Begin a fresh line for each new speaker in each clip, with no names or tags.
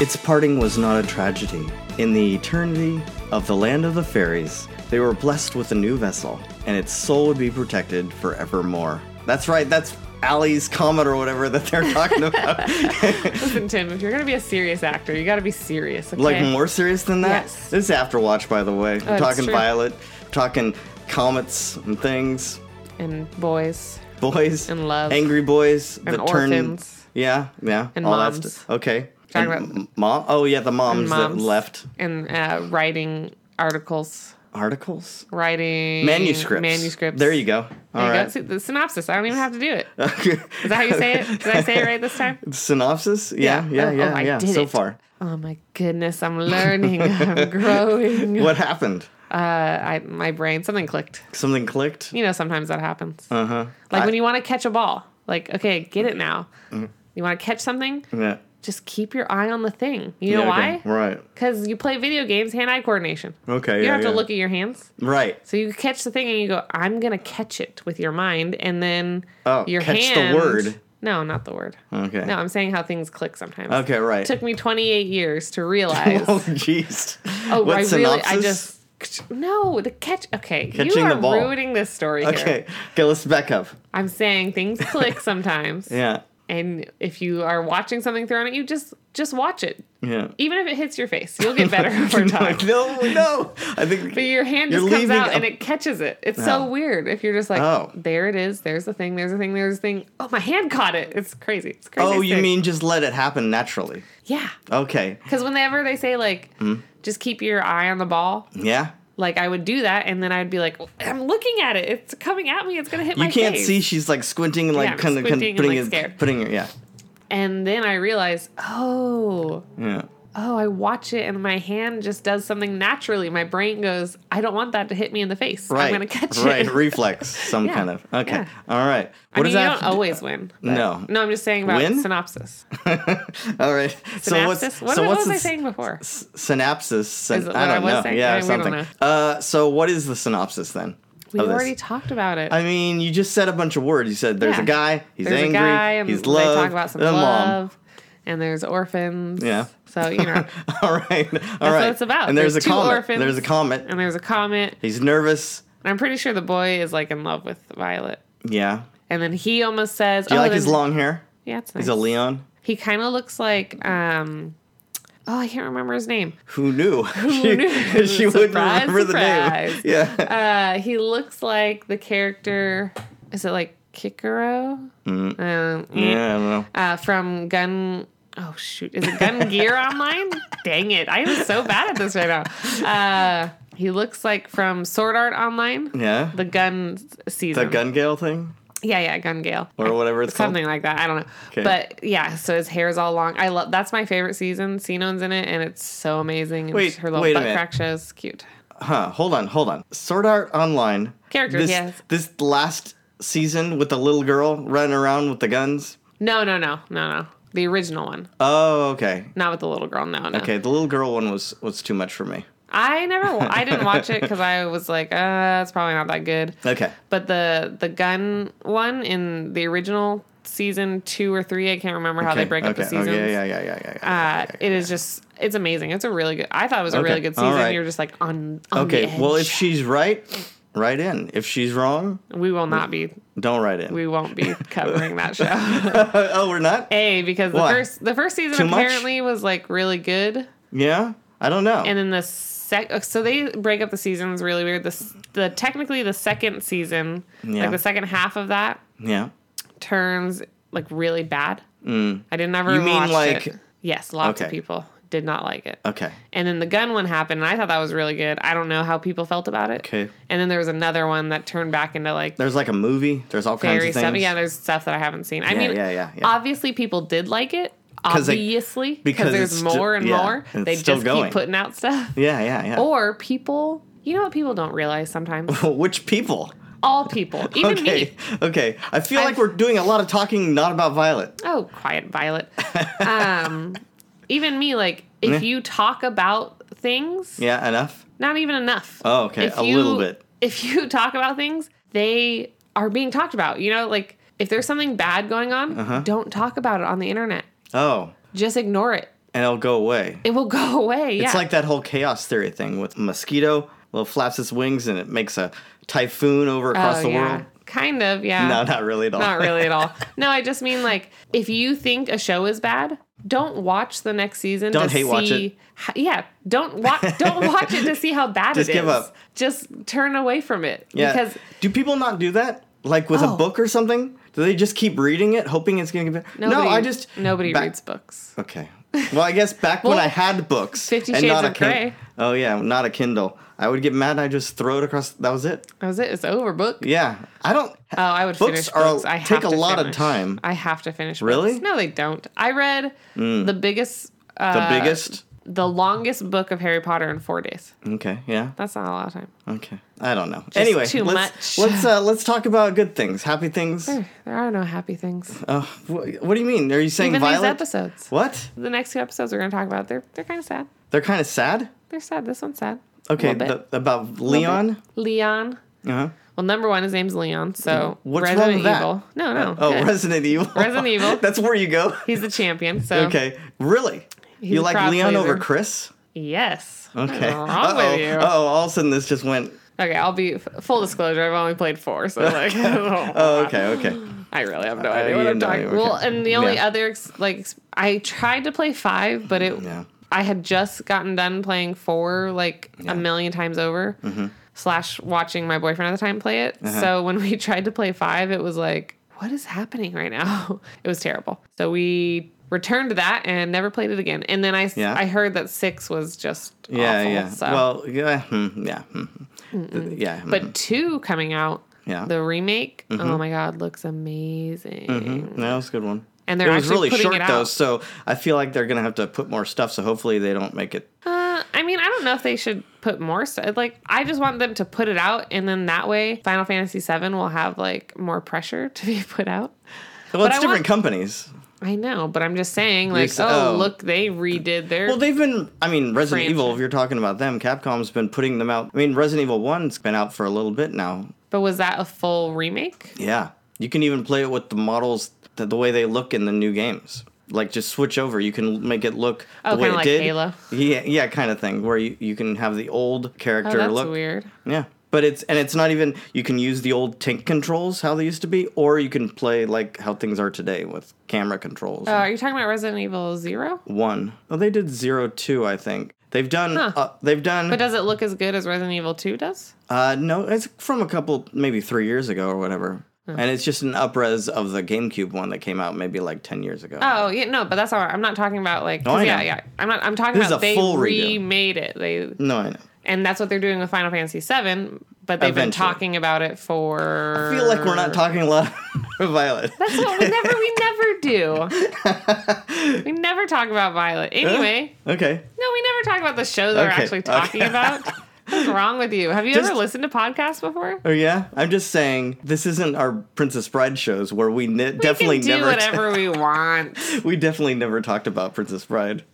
Its parting was not a tragedy. In the eternity of the land of the fairies, they were blessed with a new vessel, and its soul would be protected forevermore. That's right, that's Allie's comet or whatever that they're talking about.
Listen, Tim, if you're going to be a serious actor, you got to be serious. Okay?
like more serious than that?
Yes. Oh,
This is Afterwatch, by the way. I'm
that's
talking
true.
Violet, talking comets and things.
and boys.
boys
And love.
angry boys and
orphans.
yeah yeah
And
all that
moms.
stuff. okay
Talking
And
about-
m- mom oh yeah the moms,
And moms.
that left
and uh, writing articles,
articles
writing
manuscripts
manuscripts.
there you go
There
All
you go.
right.
See, the synopsis. I don't even have to do it. Is
Okay.
that how you say it? Did I say it right this time?
synopsis yeah yeah yeah
Oh,
yeah,
oh, I did
so
it.
far
Oh my goodness, I'm learning. I'm growing. Uh,
what happened
I, my brain, something clicked.
something clicked
You know, sometimes that happens.
uh-huh
like
I- Mm.
when you want to catch a ball, like, okay, get it now. You want to catch something?
yeah
Just keep your eye on the thing. You know
yeah,
why?
okay. right
Because you play video games, hand eye coordination.
Okay,
You
yeah,
don't have
yeah.
to look at your hands.
right
So you catch the thing and you go, I'm going to catch it with your mind. And then
Oh,
your
catch the
hand-
word.
No, not the word.
okay
No, I'm saying how things click sometimes.
okay right
It took me 28 years to realize.
oh jeez
oh,
What
I really, I
synopsis?
just. No, the catch. Okay, you
Catching
are
the ball.
ruining this story here.
okay okay let's back up
I'm saying things click sometimes.
yeah
and if you are watching something thrown at you just just watch it
yeah
even if it hits your face you'll get better over time
no no i think
but your hand
You're
just comes
leaving
out
a-
and it catches it it's
No.
so weird if you're just like
Oh.
there it is there's the thing there's the thing there's the thing oh my hand caught it it's crazy it's crazy
Oh, you mean just let it happen naturally?
yeah
Okay.
because whenever they say like
Hmm?
just keep your eye on the ball
Yeah.
like i would do that and then i'd be like i'm looking at it it's coming at me it's gonna hit
You
my
can't
face.
see she's like squinting and like
Yeah, I'm
kind of
squinting
putting
and, like,
his
scared.
putting her yeah.
and then i realized oh
Yeah.
oh, I watch it and my hand just does something naturally. My brain goes, I don't want that to hit me in the face.
Right.
I'm going to catch
right.
it.
Reflex, some
Yeah,
kind of. Okay.
yeah.
All right.
I
What
mean,
does
you
that
don't
have to
always win. but-
No.
No, I'm just saying about
Win?
synopsis.
do- All right.
Synopsis?
So what's
what
so
what
what's
was I
the
saying before?
s- synapsis? Syn-
Is it
I
what I
don't
was
know.
saying?
Yeah,
I- we don't
something.
know.
Uh, so what is the synopsis then?
We
of this?
already talked about it.
I mean, you just said a bunch of words. You said there's
Yeah.
a guy, he's
there's
angry,
a guy, and
he's
they
loved,
talk about some
and a mom.
love, and there's orphans.
Yeah.
So, you know, that's
All right, all right.
what it's about.
And there's, a
two
comet.
orphans,
There's a comet.
And there's a comet.
He's nervous.
And I'm pretty sure the boy is like in love with Violet.
Yeah.
And then he almost says,
Do you
oh,
like his
then-
long hair?
Yeah, it's nice.
He's a Leon.
He kind of looks like um oh, I can't remember his name.
Who knew? she
knew?
she wouldn't
Surprise,
remember
surprise.
the name. Yeah.
Uh he looks like the character is it like Kikoro? Um,
Mm. yeah, I don't know.
Uh from Gun Oh shoot, is it Gun Gear Online? Dang it. I am so bad at this right now. Uh he looks like from Sword Art Online.
Yeah. The,
The gun season.
gun gale thing?
Yeah, yeah, Gun Gale.
Or whatever it's
something like that. I don't know.
'Kay.
But yeah, so his hair's all long. I love that's my favorite season. Sinon's in it, and it's so amazing. And
Wait,
her little
wait a
butt
minute.
crack shows cute.
called. Huh. Hold on, hold on. Sword Art Online.
Characters,
this,
yes.
This last season with the little girl running around with the guns.
No, no, no, no, no. The original one,
Oh, okay.
not with the little girl. No, no.
Okay, the little girl one was was too much for me.
I never. wa- I didn't watch it because I was like, uh, it's probably not that good.
Okay.
But the the gun one in the original season two or three, I can't remember how
okay.
they break up the
okay, okay,
seasons.
Yeah, yeah, yeah, yeah, yeah. yeah.
Uh, it is just, it's amazing. It's a really good, I thought it was a
Okay,
really good
all
season.
right.
You're just like on, on
okay,
the edge.
well, if she's right, write in. If she's wrong,
we will not be
don't write in.
we won't be covering that show.
oh, we're not?
A because the
Why?
first the first season
Too much?
apparently was like really good,
Yeah? I don't know.
and then the sec uh, so they break up the seasons really weird. The s- the technically the second season,
Yeah.
like the second half of that,
yeah.
turns like really bad. I didn't ever
Mm. You mean,
watched
like-
it. Yes, lots of
Okay.
people did not like it.
Okay.
And then the gun one happened, and I thought that was really good. I don't know how people felt about it.
Okay.
And then there was another one that turned back into like
There's like a movie. There's all kinds
fairy
of things.
stuff. Yeah, there's stuff that I haven't seen. I
Yeah,
mean,
yeah, yeah, yeah.
obviously people did like it.
'Cause they-
Obviously, because
because
there's
it's
more
sti-
and
yeah,
more.
it's
They
still
just
going.
keep putting out stuff.
yeah, yeah, yeah.
Or people, you know what people don't realize sometimes?
Which people?
All people, even
Okay.
me.
Okay. I feel like
I've-
we're doing a lot of talking not about Violet.
Oh, quiet Violet. Um, even me, like if
Yeah.
you talk about things,
Yeah, enough.
not even enough.
Oh, okay, a little bit.
If you talk about things, they are being talked about. You know, like
Uh-huh.
if there's something bad going on, don't talk about it on the internet.
Oh.
just ignore it.
and it'll go away.
It will go away. Yeah.
It's like that whole chaos theory thing with mosquito. Well, flaps its wings and it makes a typhoon over across
Oh,
the
yeah.
world.
Kind of, yeah.
No, not really at all.
Not really at all. No, I just mean like if you think a show is bad, don't watch the next season.
Don't
to
hate
see
watch it.
ho- yeah, don't watch. Don't watch it to see how bad
Just
it is.
give up.
Just turn away from it.
Yeah.
Because
do people not do that? Like with
Oh.
a book or something? Do they just keep reading it, hoping it's going to get better?
nobody,
no, I just
nobody
back-
reads books.
Okay. Well, I guess back when
Well,
I had books
Fifty
and
Shades
not a
of
kin-
Grey.
Oh yeah, not a Kindle. I would get mad. and I just throw it across. That was it.
That was it. It's over. Book.
Yeah, I don't.
Oh, I would
Books
finish
are-
books. I have
take
to
a lot of
finish.
time.
I have to finish.
Really? Mm.
Books. No, they don't. I read the biggest.
The
Uh,
biggest.
The longest book of Harry Potter in four days.
Okay. Yeah.
That's not a lot of time.
Okay. I don't know. anyway,
too
let's
much.
let's uh, let's talk about good things, happy things.
There are no happy things.
Uh, wh- what do you mean? Are you saying
Even these
Violet?
episodes.
What?
The next two episodes we're going to talk about, they're they're kind of sad.
They're kind of sad.
They're sad. This one's sad.
Okay.
Little bit.
The, about
Little
Leon.
bit. Leon.
Uh huh.
Well, number one, his name's Leon. So
Mm-hmm. What's wrong
Resident
with that?
Evil. No, no.
Oh,
good.
Resident Evil.
Resident Evil.
That's where you go.
He's the champion. So
Okay. Really?
a
you like
crowd
Leon
pleaser.
over Chris?
yes.
Okay.
What's wrong
Uh-oh.
with you?
Uh-oh, all of a sudden this just went.
Okay, I'll be f- full disclosure. I've only played four, so like,
Oh, okay, okay.
I really have no
Uh,
idea
you
what I'm
know,
talking.
okay.
Well, and the only
Yeah.
other ex- like ex- I tried to play five, but it
Yeah.
I had just gotten done playing four like a million times over.
Mm-hmm.
Slash watching my boyfriend at the time play it.
Uh-huh.
So when we tried to play five, it was like, what is happening right now? It was terrible. So we returned to that and never played it again. And then I s-
Yeah.
I heard that six was just
Yeah,
awful,
yeah.
So.
Well, yeah, hmm, yeah, hmm. Th- yeah. hmm.
but two coming out.
Yeah.
The remake,
Mm-hmm.
oh my god, looks amazing.
Mm, that was a good one.
And they're
it was
actually
really
putting
short
it
though,
out.
so I feel like they're gonna have to put more stuff. So hopefully they don't make it.
Uh, I mean, I don't know if they should put more stuff. Like, I just want them to put it out, and then that way, Final Fantasy VII will have like more pressure to be put out.
Well, it's
I
different
want-
companies.
I know, but I'm just saying, like,
s-
oh,
oh.
look, they redid their.
Well, they've been. I mean, Resident
Franchise.
Evil. If you're talking about them, Capcom's been putting them out. I mean, Resident Evil One's been out for a little bit now.
but was that a full remake?
Yeah, you can even play it with the models, the, the way they look in the new games. Like just switch over. You can make it look
Oh,
the way
kinda
it
like
did.
Halo.
Yeah, yeah, kind of thing. Where you, you can have the old
Oh,
character
that's
look.
weird.
Yeah. But it's and it's not even you can use the old tank controls how they used to be, or you can play like how things are today with camera controls.
Uh, are you talking about Resident Evil Zero?
One. Oh, they did zero two, I think. They've done.
Huh.
Uh, they've done.
But does it look as good as Resident Evil Two does?
uh, no, it's from a couple, maybe three years ago or whatever.
Hmm.
And it's just an upres of the GameCube one that came out maybe like ten years ago.
Oh yeah, no, but that's all right. I'm not talking about like 'cause
I
yeah,
know.
yeah. I'm not. I'm talking
This is
about
a
they
full redo.
remade it. They
No, I know.
and that's what they're doing with Final Fantasy VII. But they've been
Eventually.
talking about it for.
I feel like we're not talking a lot of Violet.
That's what we never we never do. we never talk about Violet. Anyway,
Okay.
no, we never talk about the show that
Okay,
we're actually
okay.
talking about. What's wrong with you? Have you
Just-
ever listened to podcasts before?
Oh yeah. I'm just saying this isn't our Princess Bride shows where we, ne- definitely
we can do
never
whatever we want.
we definitely never talked about Princess Bride.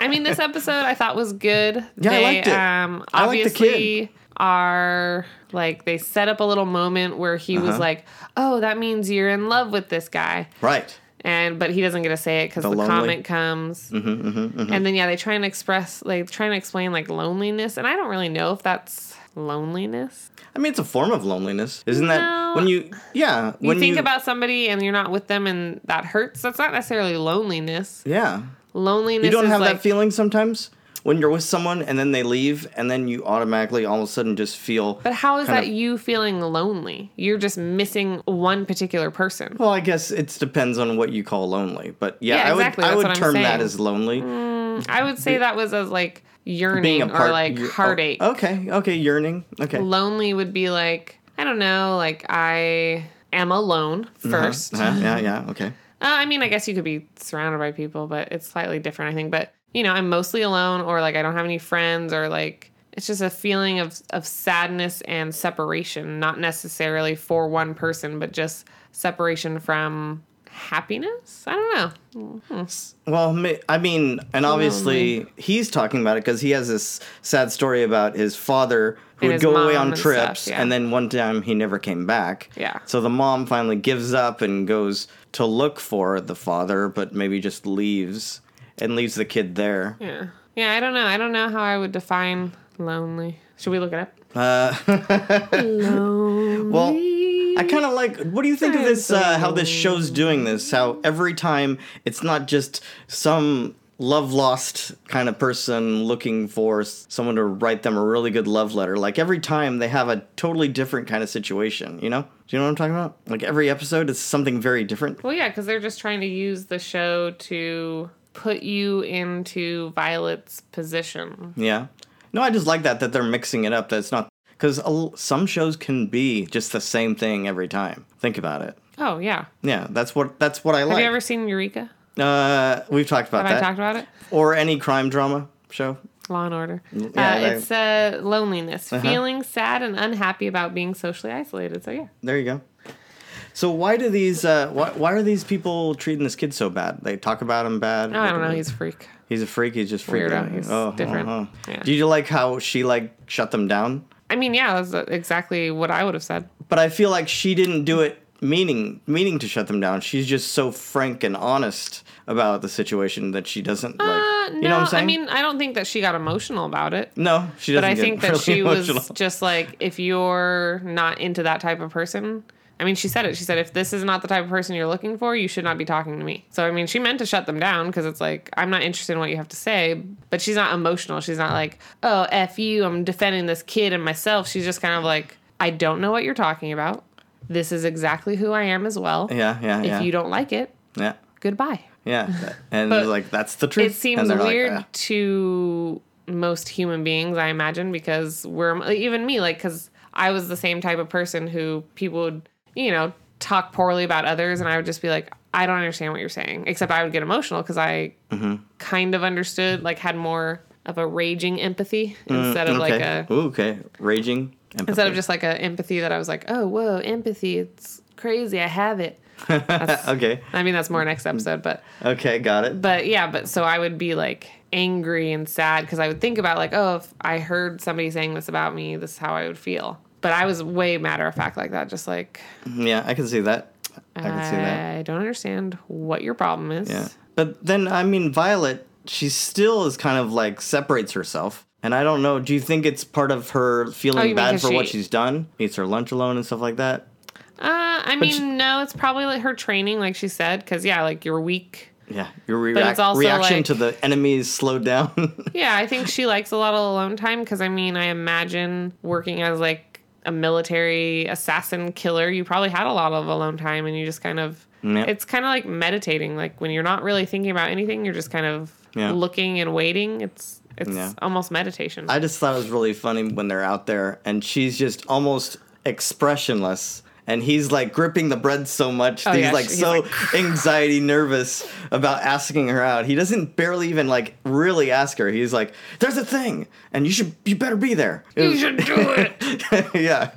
I mean, this episode I thought was good.
Yeah, I
they,
liked it. I
Um,
liked the
obviously
kid.
are like they set up a little moment where he
Uh-huh.
was like, "Oh, that means you're in love with this guy,"
Right.
and but he doesn't get to say it because the,
lonely- Mm-hmm,
comment comes, and then yeah, they try and express like trying to explain like loneliness, and I don't really know if that's loneliness.
I mean, it's a form of loneliness, isn't
No.
that? When you, yeah,
You
when
think about somebody and you're not with them, and that hurts. That's not necessarily loneliness.
yeah,
Loneliness.
you don't
is
have
like,
that feeling sometimes when you're with someone and then they leave and then you automatically all of a sudden just feel.
But how is
kind
that you feeling lonely? You're just missing one particular person.
Well, I guess it depends on what you call lonely, but yeah,
Yeah,
I would
exactly,
I
that's
would
what I'm
term that
saying.
as lonely, Hmm.
I would say that was as like yearning or like
year- oh,
heartache.
okay, okay, yearning. Okay,
Lonely would be like, I don't know, like I am alone 1st
Uh-huh, yeah, yeah, okay.
Uh, I mean, I guess you could be surrounded by people, but it's slightly different, I think. But, you know, I'm mostly alone or like I don't have any friends or like it's just a feeling of, of sadness and separation, not necessarily for one person, but just separation from happiness. I don't know.
Well, ma- I mean, and obviously he's talking about it because he has this sad story about his father who
And
would
his
go away
mom
on
and
trips,
stuff, yeah.
and then one time he never came back.
Yeah.
So the mom finally gives up and goes to look for the father, but maybe just leaves. and leaves the kid there.
Yeah. Yeah, I don't know. I don't know how I would define lonely. Should we look it up?
Uh,
Lonely.
well, I kind of like. What do you think of this? Uh, how this show's doing this? How every time it's not just some love lost kind of person looking for s- someone to write them a really good love letter. Like every time they have a totally different kind of situation. You know? Do you know what I'm talking about? Like every episode is something very different.
Well, yeah, because they're just trying to use the show to put you into Violet's position.
Yeah. No, I just like that that they're mixing it up. That's not because some shows can be just the same thing every time. Think about it.
Oh, yeah.
Yeah, that's what that's what I
Have
like.
you ever seen Eureka?
uh, we've talked about
Have
that.
I talked about it?
or any crime drama show.
Law and Order.
Mm, yeah, Uh-huh.
uh,
they-
it's uh, loneliness, feeling sad and unhappy about being socially isolated. So, yeah.
There you go. So why do these uh, why why are these people treating this kid so bad? They talk about him bad.
Oh, I don't know. He's a freak.
he's a freak. He's just freaking
Weirdo.
out.
He's different. Yeah.
Do you like how she like shut them down?
I mean, yeah, that's exactly what I would have said.
But I feel like she didn't do it meaning meaning to shut them down. She's just so frank and honest about the situation that she doesn't like.
Uh, no,
you know what I'm saying?
I mean, I don't think that she got emotional about it.
no, she doesn't.
But I
get
think that
really
she
emotional.
was just like, if you're not into that type of person, I mean, she said it. She said, if this is not the type of person you're looking for, you should not be talking to me. So, I mean, she meant to shut them down because it's like, I'm not interested in what you have to say, but she's not emotional. She's not like, oh, F you, I'm defending this kid and myself. She's just kind of like, I don't know what you're talking about. This is exactly who I am as well.
Yeah, yeah,
If
yeah.
you don't like it,
yeah.
goodbye.
Yeah, and
But
like that's the truth.
It seems
and they're like,
weird
"Ah."
to most human beings, I imagine, because we're even me, like, because I was the same type of person who people would, you know, talk poorly about others, and I would just be like, I don't understand what you're saying. Except I would get emotional because I
Mm-hmm.
kind of understood, like, had more of a raging empathy instead of
Mm, okay.
like a
Ooh, okay, raging. Empathy.
instead of just like a empathy that I was like, oh whoa, empathy, it's crazy, I have it.
okay,
I mean, that's more next episode, but.
okay, got it.
but yeah, but so I would be like angry and sad because I would think about like, oh, if I heard somebody saying this about me, this is how I would feel. But I was way matter of fact like that, just like
Yeah, I can see that. I
I,
can see that.
don't understand what your problem is.
Yeah, but then I mean, Violet, she still is kind of like separates herself, and I don't know. Do you think it's part of her
Oh, you
feeling
mean
bad
'cause
for what
she-
she's done? Eats her lunch alone and stuff like that.
Uh, I mean,
she-
no, it's probably like her training, like she said, because yeah, like you're weak.
Yeah, your
it's
react-
also,
reaction
like-
to the enemies slowed down.
Yeah, I think she likes a lot of alone time because I mean, I imagine working as like a military assassin killer, you probably had a lot of alone time and you just kind of,
Yeah.
it's kind of like meditating. Like when you're not really thinking about anything, you're just kind of
Yeah.
looking and waiting. It's, it's
Yeah.
almost meditation.
I just thought it was really funny when they're out there and she's just almost expressionless. And he's like gripping the bread so much. that he's
Oh, yeah,
like
he's
so anxiety nervous about asking her out. He doesn't barely even like really ask her. He's like, "There's a thing, and you should you better be there." It
you
was-
should do it.
yeah,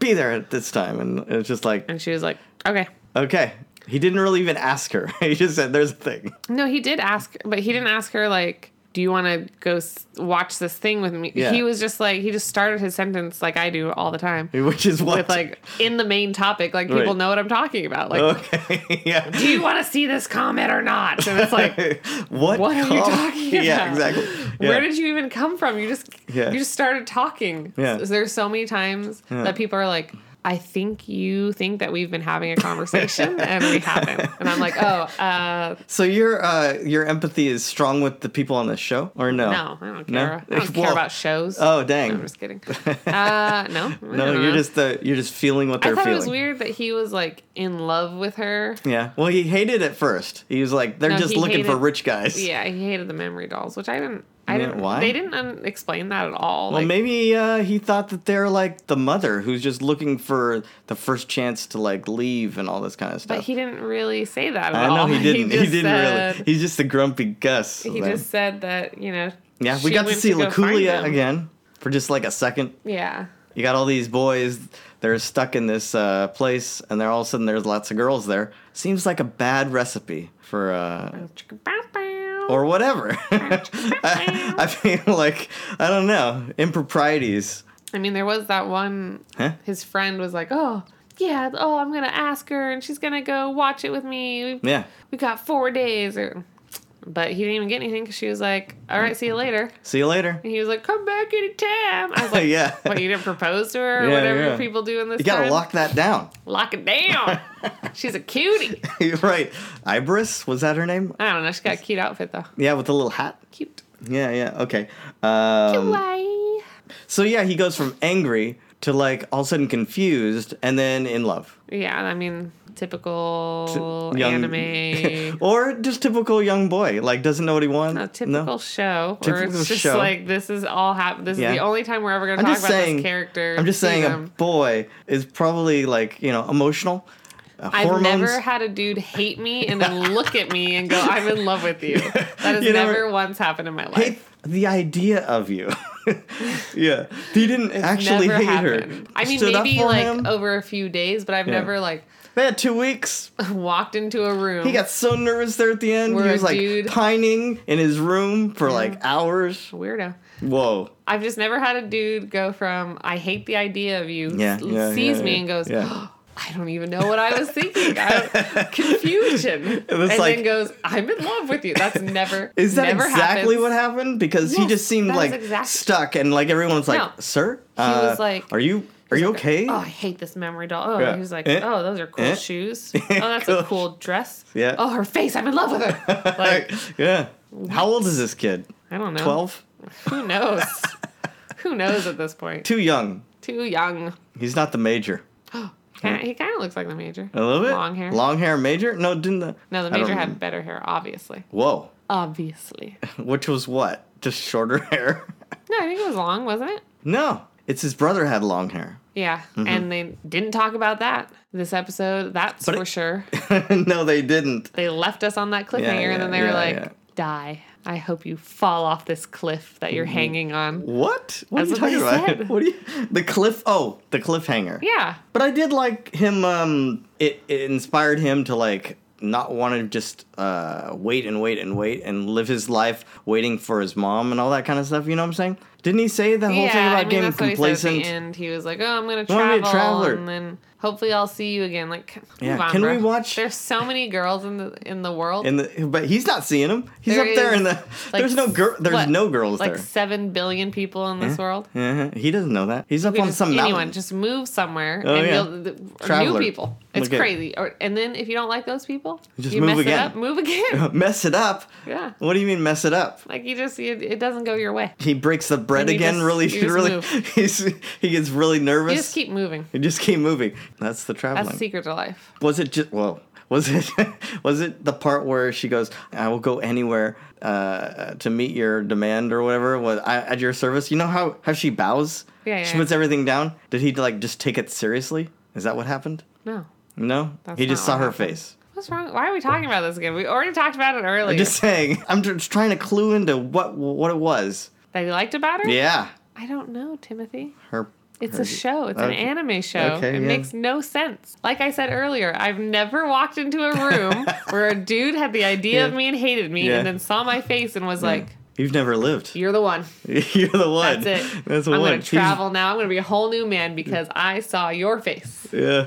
be there at this time. And it's just like,
and she was like, okay.
okay. He didn't really even ask her. he just said, "There's a thing."
No, he did ask, but he didn't ask her like, "Do you want to go s- watch this thing with me?"
Yeah.
He was just like, he just started his sentence like I do all the time,
Which is what
with like in the main topic, like people
Right.
know what I'm talking about. Like,
okay, yeah.
do you want to see this comment or not? And it's like,
what?
what are you
com-
talking
Yeah,
about?
exactly.
where
Yeah.
did you even come from? You just
Yeah.
you just started talking.
Yeah.
S- There's so many times that people are like. I think you think that we've been having a conversation and we haven't. And I'm like, oh, uh,
So your uh, your empathy is strong with the people on this show, or no?
no, I don't care. I don't
Well,
care about shows.
Oh
I'm
dang!
just kidding. Uh, no,
No, you're just the you're just feeling what
I
they're
thought
feeling.
it was weird that he was like in love with her.
Yeah. Well, he hated it first. He was like, they're
No,
just
he
looking for
hated-
rich guys.
Yeah, he hated the memory dolls, which I didn't. I
Yeah,
didn't.
why?
They didn't un- explain that at all.
Well,
like,
maybe uh, he thought that they're like the mother who's just looking for the first chance to like leave and all this kind of stuff.
but he didn't really say that at
I know
all.
he didn't. He,
just
didn't
said,
really. He's just the grumpy Gus.
He
then.
just said that you know.
yeah, we
she
got to
went
see
go find
Laculia
him.
again for just like a second.
Yeah.
You got all these boys that are stuck in this uh, place, and they're all of a sudden there's lots of girls there. Seems like a bad recipe for, uh, or whatever. I, I feel like I don't know improprieties.
I mean, there was that one.
Huh?
His friend was like, "Oh, yeah, oh, I'm gonna ask her, and she's gonna go watch it with me. We
Yeah,
we got four days or But he didn't even get anything because she was like, "All right, see you later."
See you later.
And he was like, "Come back anytime." I was like,
Yeah.
What you didn't propose to her or
Yeah,
whatever
yeah.
people do in this?
You gotta
time?
lock that down.
lock it down. She's a cutie.
You're right. Ibris, was that her name?
I don't know. She's got a cute outfit though.
Yeah, with the little hat.
Cute.
Yeah, yeah, okay. Um,
Why?
so yeah, he goes from angry to like all of a sudden confused and then in love.
Yeah, I mean, typical
young-
anime.
Or just typical young boy, like doesn't know what he wants.
A typical show where
Typical
it's just
show.
like this is all hap- this
Yeah.
is the only time we're ever going to
I'm
talk
just
about
saying.
this character.
I'm just
See
saying, um, a
them.
boy is probably like you know emotional. uh,
I've
hormones.
never had a dude hate me and then look at me and go, "I'm in love with you." That has
You never-
never once happened in my life.
hate the idea of you. yeah, he didn't actually
never
hate her.
happened. I mean,
Stood up
maybe
for
like
him.
over a few days, but I've never like
they had two weeks.
walked into a room.
He got so nervous there at the end.
Where
he
a
was like
dude-
pining in his room for like hours.
weirdo.
Whoa.
I've just never had a dude go from "I hate the idea of you,"
Yeah,
s-
yeah,
sees
yeah,
me
yeah,
and goes, "Oh,
yeah.
"I don't even know what I was thinking." I, confusion,
was
and
like-
then goes, "I'm in love with you." That's never
Is that
never
exactly
happens.
what happened? Because he
Yes,
just seemed
that is
like
exact-
stuck, and like everyone was like,
No.
"Sir, he
was like-
are you are you okay?"
Oh, I hate this memory doll. Oh,
Yeah.
he was like,
Eh?
"Oh, those are cool
Eh?
shoes. Oh, that's a
Cool.
cool dress.
Yeah.
Oh, her face. I'm in love with her." Like,
yeah. How old is this kid?
I don't know.
Twelve?
Who knows? Who knows at this point?
Too young.
Too young.
He's not the major.
Kinda, he kind of looks like the major.
A little bit.
Long hair.
Long hair major? No, didn't the
no, the
I don't
major
remember.
had better hair, obviously.
Whoa.
Obviously.
Which was what? Just shorter hair?
No, I think it was long, wasn't it?
no. It's his brother had long hair.
Yeah.
Mm-hmm.
And they didn't talk about that this episode. That's
But it-
for sure.
no, they didn't.
They left us on that cliffhanger
yeah,
and then they were
yeah,
like,
yeah.
die. I hope you fall off this cliff that
Mm-hmm.
you're hanging on.
What? What
That's
are
what
you
they
talking about?
said.
What do you the cliff oh, the cliffhanger.
Yeah.
But I did like him. Um, it, it inspired him to like not want to just uh, wait and wait and wait and live his life waiting for his mom and all that kind of stuff. You know what I'm saying? Didn't he say the whole
yeah,
thing
I
about
mean,
being
that's what He,
complacent?
said at the end. he was like, "Oh, I'm gonna
wanna be a
travel,
traveler.
and then hopefully I'll see you again." Like, c-
Yeah,
move on,
can
bro.
we watch-
There's so many girls in the in the world.
In the, but he's not seeing him. He's
There
up there
is,
in the.
like,
there's no girl. There's
what?
no girls
like
there.
seven billion people in this world.
Uh-huh. He doesn't know that. He's up
You
on
just-
some
anyone
mountain.
just move somewhere
Oh,
and
yeah.
you'll th-
Traveler.
new people. It's
Look at-
crazy. Or and then if you don't like those people,
Just
you
move
mess
again.
it up, move again.
mess it up.
yeah,
What do you mean mess it up?
like you just you, it doesn't go your way.
He breaks the bread
And you
again.
just-
really,
you just
really.
move.
He's, he gets really nervous.
You just keep moving.
he just keep moving. That's the traveling.
That's the secret to life.
was it just well was it was it the part where she goes i will go anywhere uh, to meet your demand or whatever was I, at your service you know how how she bows
Yeah, yeah,
she
yeah.
puts everything down did he like just take it seriously is that what happened
No.
no
That's
he just
not
saw
what
her
happened.
face
What's wrong? Why are we talking about this again? We already talked about it earlier.
i'm just saying i'm just trying to clue into what what it was
that you liked about her?
yeah
I don't know, Timothy.
her
It's
her-
a show. It's
Okay.
an anime show.
Okay,
it
yeah.
makes no sense. Like I said earlier, I've never walked into a room where a dude had the idea of
Yeah.
me and hated me
Yeah.
and then saw my face and was like,
You've never lived.
You're the one.
You're the one.
That's it.
That's the
I'm
one. Mm.
gonna travel now. I'm gonna be a whole new man because I saw your face.
He's- yeah.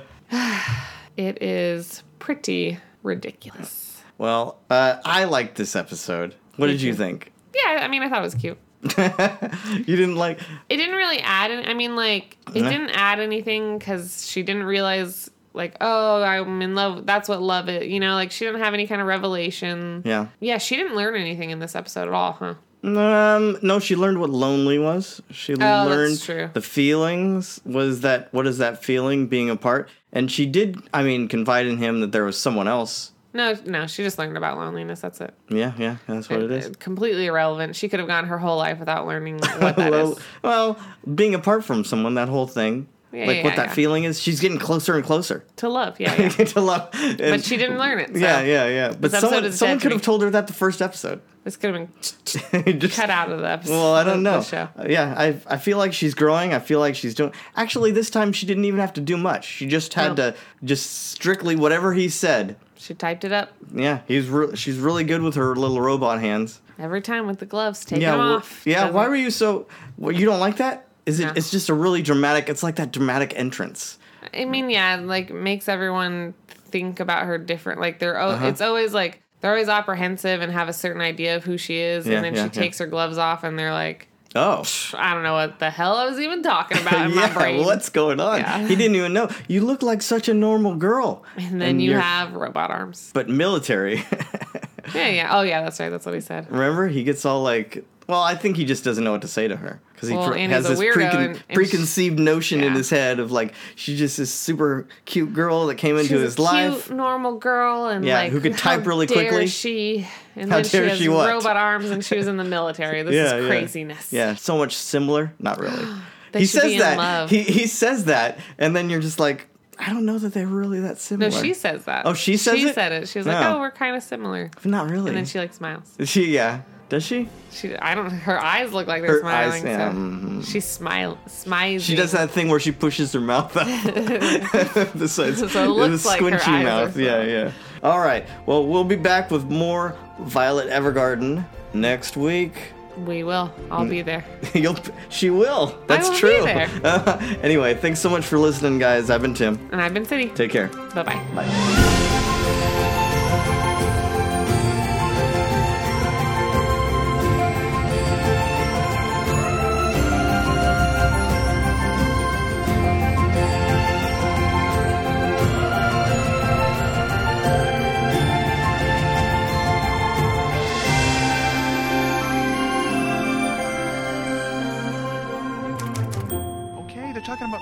It is pretty ridiculous.
Well, uh, I liked this episode. What did you think?
Yeah, I mean I thought it was cute.
you didn't like
It didn't really add. Any, I mean, like it
Yeah.
didn't add anything because she didn't realize, like, oh, I'm in love. That's what love is. You know, like she didn't have any kind of revelation.
yeah
Yeah, she didn't learn anything in this episode at all, huh?
um no she learned what lonely was she
Oh, that's
learned
true.
the feelings was that what is that feeling being apart and she did i mean confide in him that there was someone else
No, no, she just learned about loneliness. That's it.
yeah yeah that's what it is
Completely irrelevant. She could have gone her whole life without learning what that
well,
is.
well being apart from someone that whole thing
Yeah,
like
yeah,
what that
yeah.
feeling is she's getting closer and closer
To love, yeah, yeah.
to love
But she didn't learn it. So
yeah yeah yeah but
episode
someone,
is dead
someone
to
could
me.
have told her that the first episode
This could have been
Just-
cut out of the episode.
Well, I don't
the
know.
show.
Uh, Yeah, I I feel like she's growing. I feel like she's doing. Actually, this time she didn't even have to do much. She just had
No.
to just strictly whatever he said.
She typed it up
Yeah, he's re- she's really good with her little robot hands.
every time with the gloves. Take
yeah,
them
wh-
off.
yeah. Why
Doesn't-
were you so? Well, you don't like that? Is it?
No.
It's just a really dramatic. It's like that dramatic entrance. Uh-huh.
I mean, yeah, like makes everyone think about her different. Like they're, al- it's always like, they're always apprehensive and have a certain idea of who she is,
Yeah,
and then
yeah,
she takes her gloves off, and they're like,
Oh.
I don't know what the hell I was even talking about in my brain.
what's going on?
Yeah.
He didn't even know. You look like such a normal girl.
And then you
you're-
have robot arms.
But military.
Yeah, yeah. Oh, yeah, that's right. That's what he said.
Remember? He gets all like. Well, I think he just doesn't know what to say to her because he
Well,
pre-
and
has
he's
this
a weirdo
precon-
and- and
preconceived notion in
yeah.
his head of like she's just this super cute girl that came into
She's a
his
cute,
life.
normal girl, and
Yeah,
like
who could
how
type really
dare
quickly.
She and
How
then she
dare
has
she what?
robot arms, and she was in the military. This
Yeah,
is
yeah.
craziness.
Yeah, so much similar. Not really.
They
he
should
says
be in
that.
love.
He he says that, and then you're just like, I don't know that they're really that
No,
similar.
she says that.
Oh, she says
she
it?
said it. She was like,
No.
"Oh, we're kind of similar,"
not really.
and then she like smiles.
She yeah. Does she?
She, I don't. Her eyes look like they're
Her eyes,
smiling.
yeah,
so
mhm.
She smile, smiles.
She does that thing where she pushes her mouth out. the sides,
So it looks
the
like her
squinchy
eyes are
mouth. Yeah,
smiling.
yeah. All right. Well, we'll be back with more Violet Evergarden next week.
We will. I'll be there.
You'll, she will. That's
will be
true.
there.
anyway, thanks so much for listening, guys. I've been Tim.
And I've been City.
Take care.
Bye bye.
Bye.
Okay, they're talking about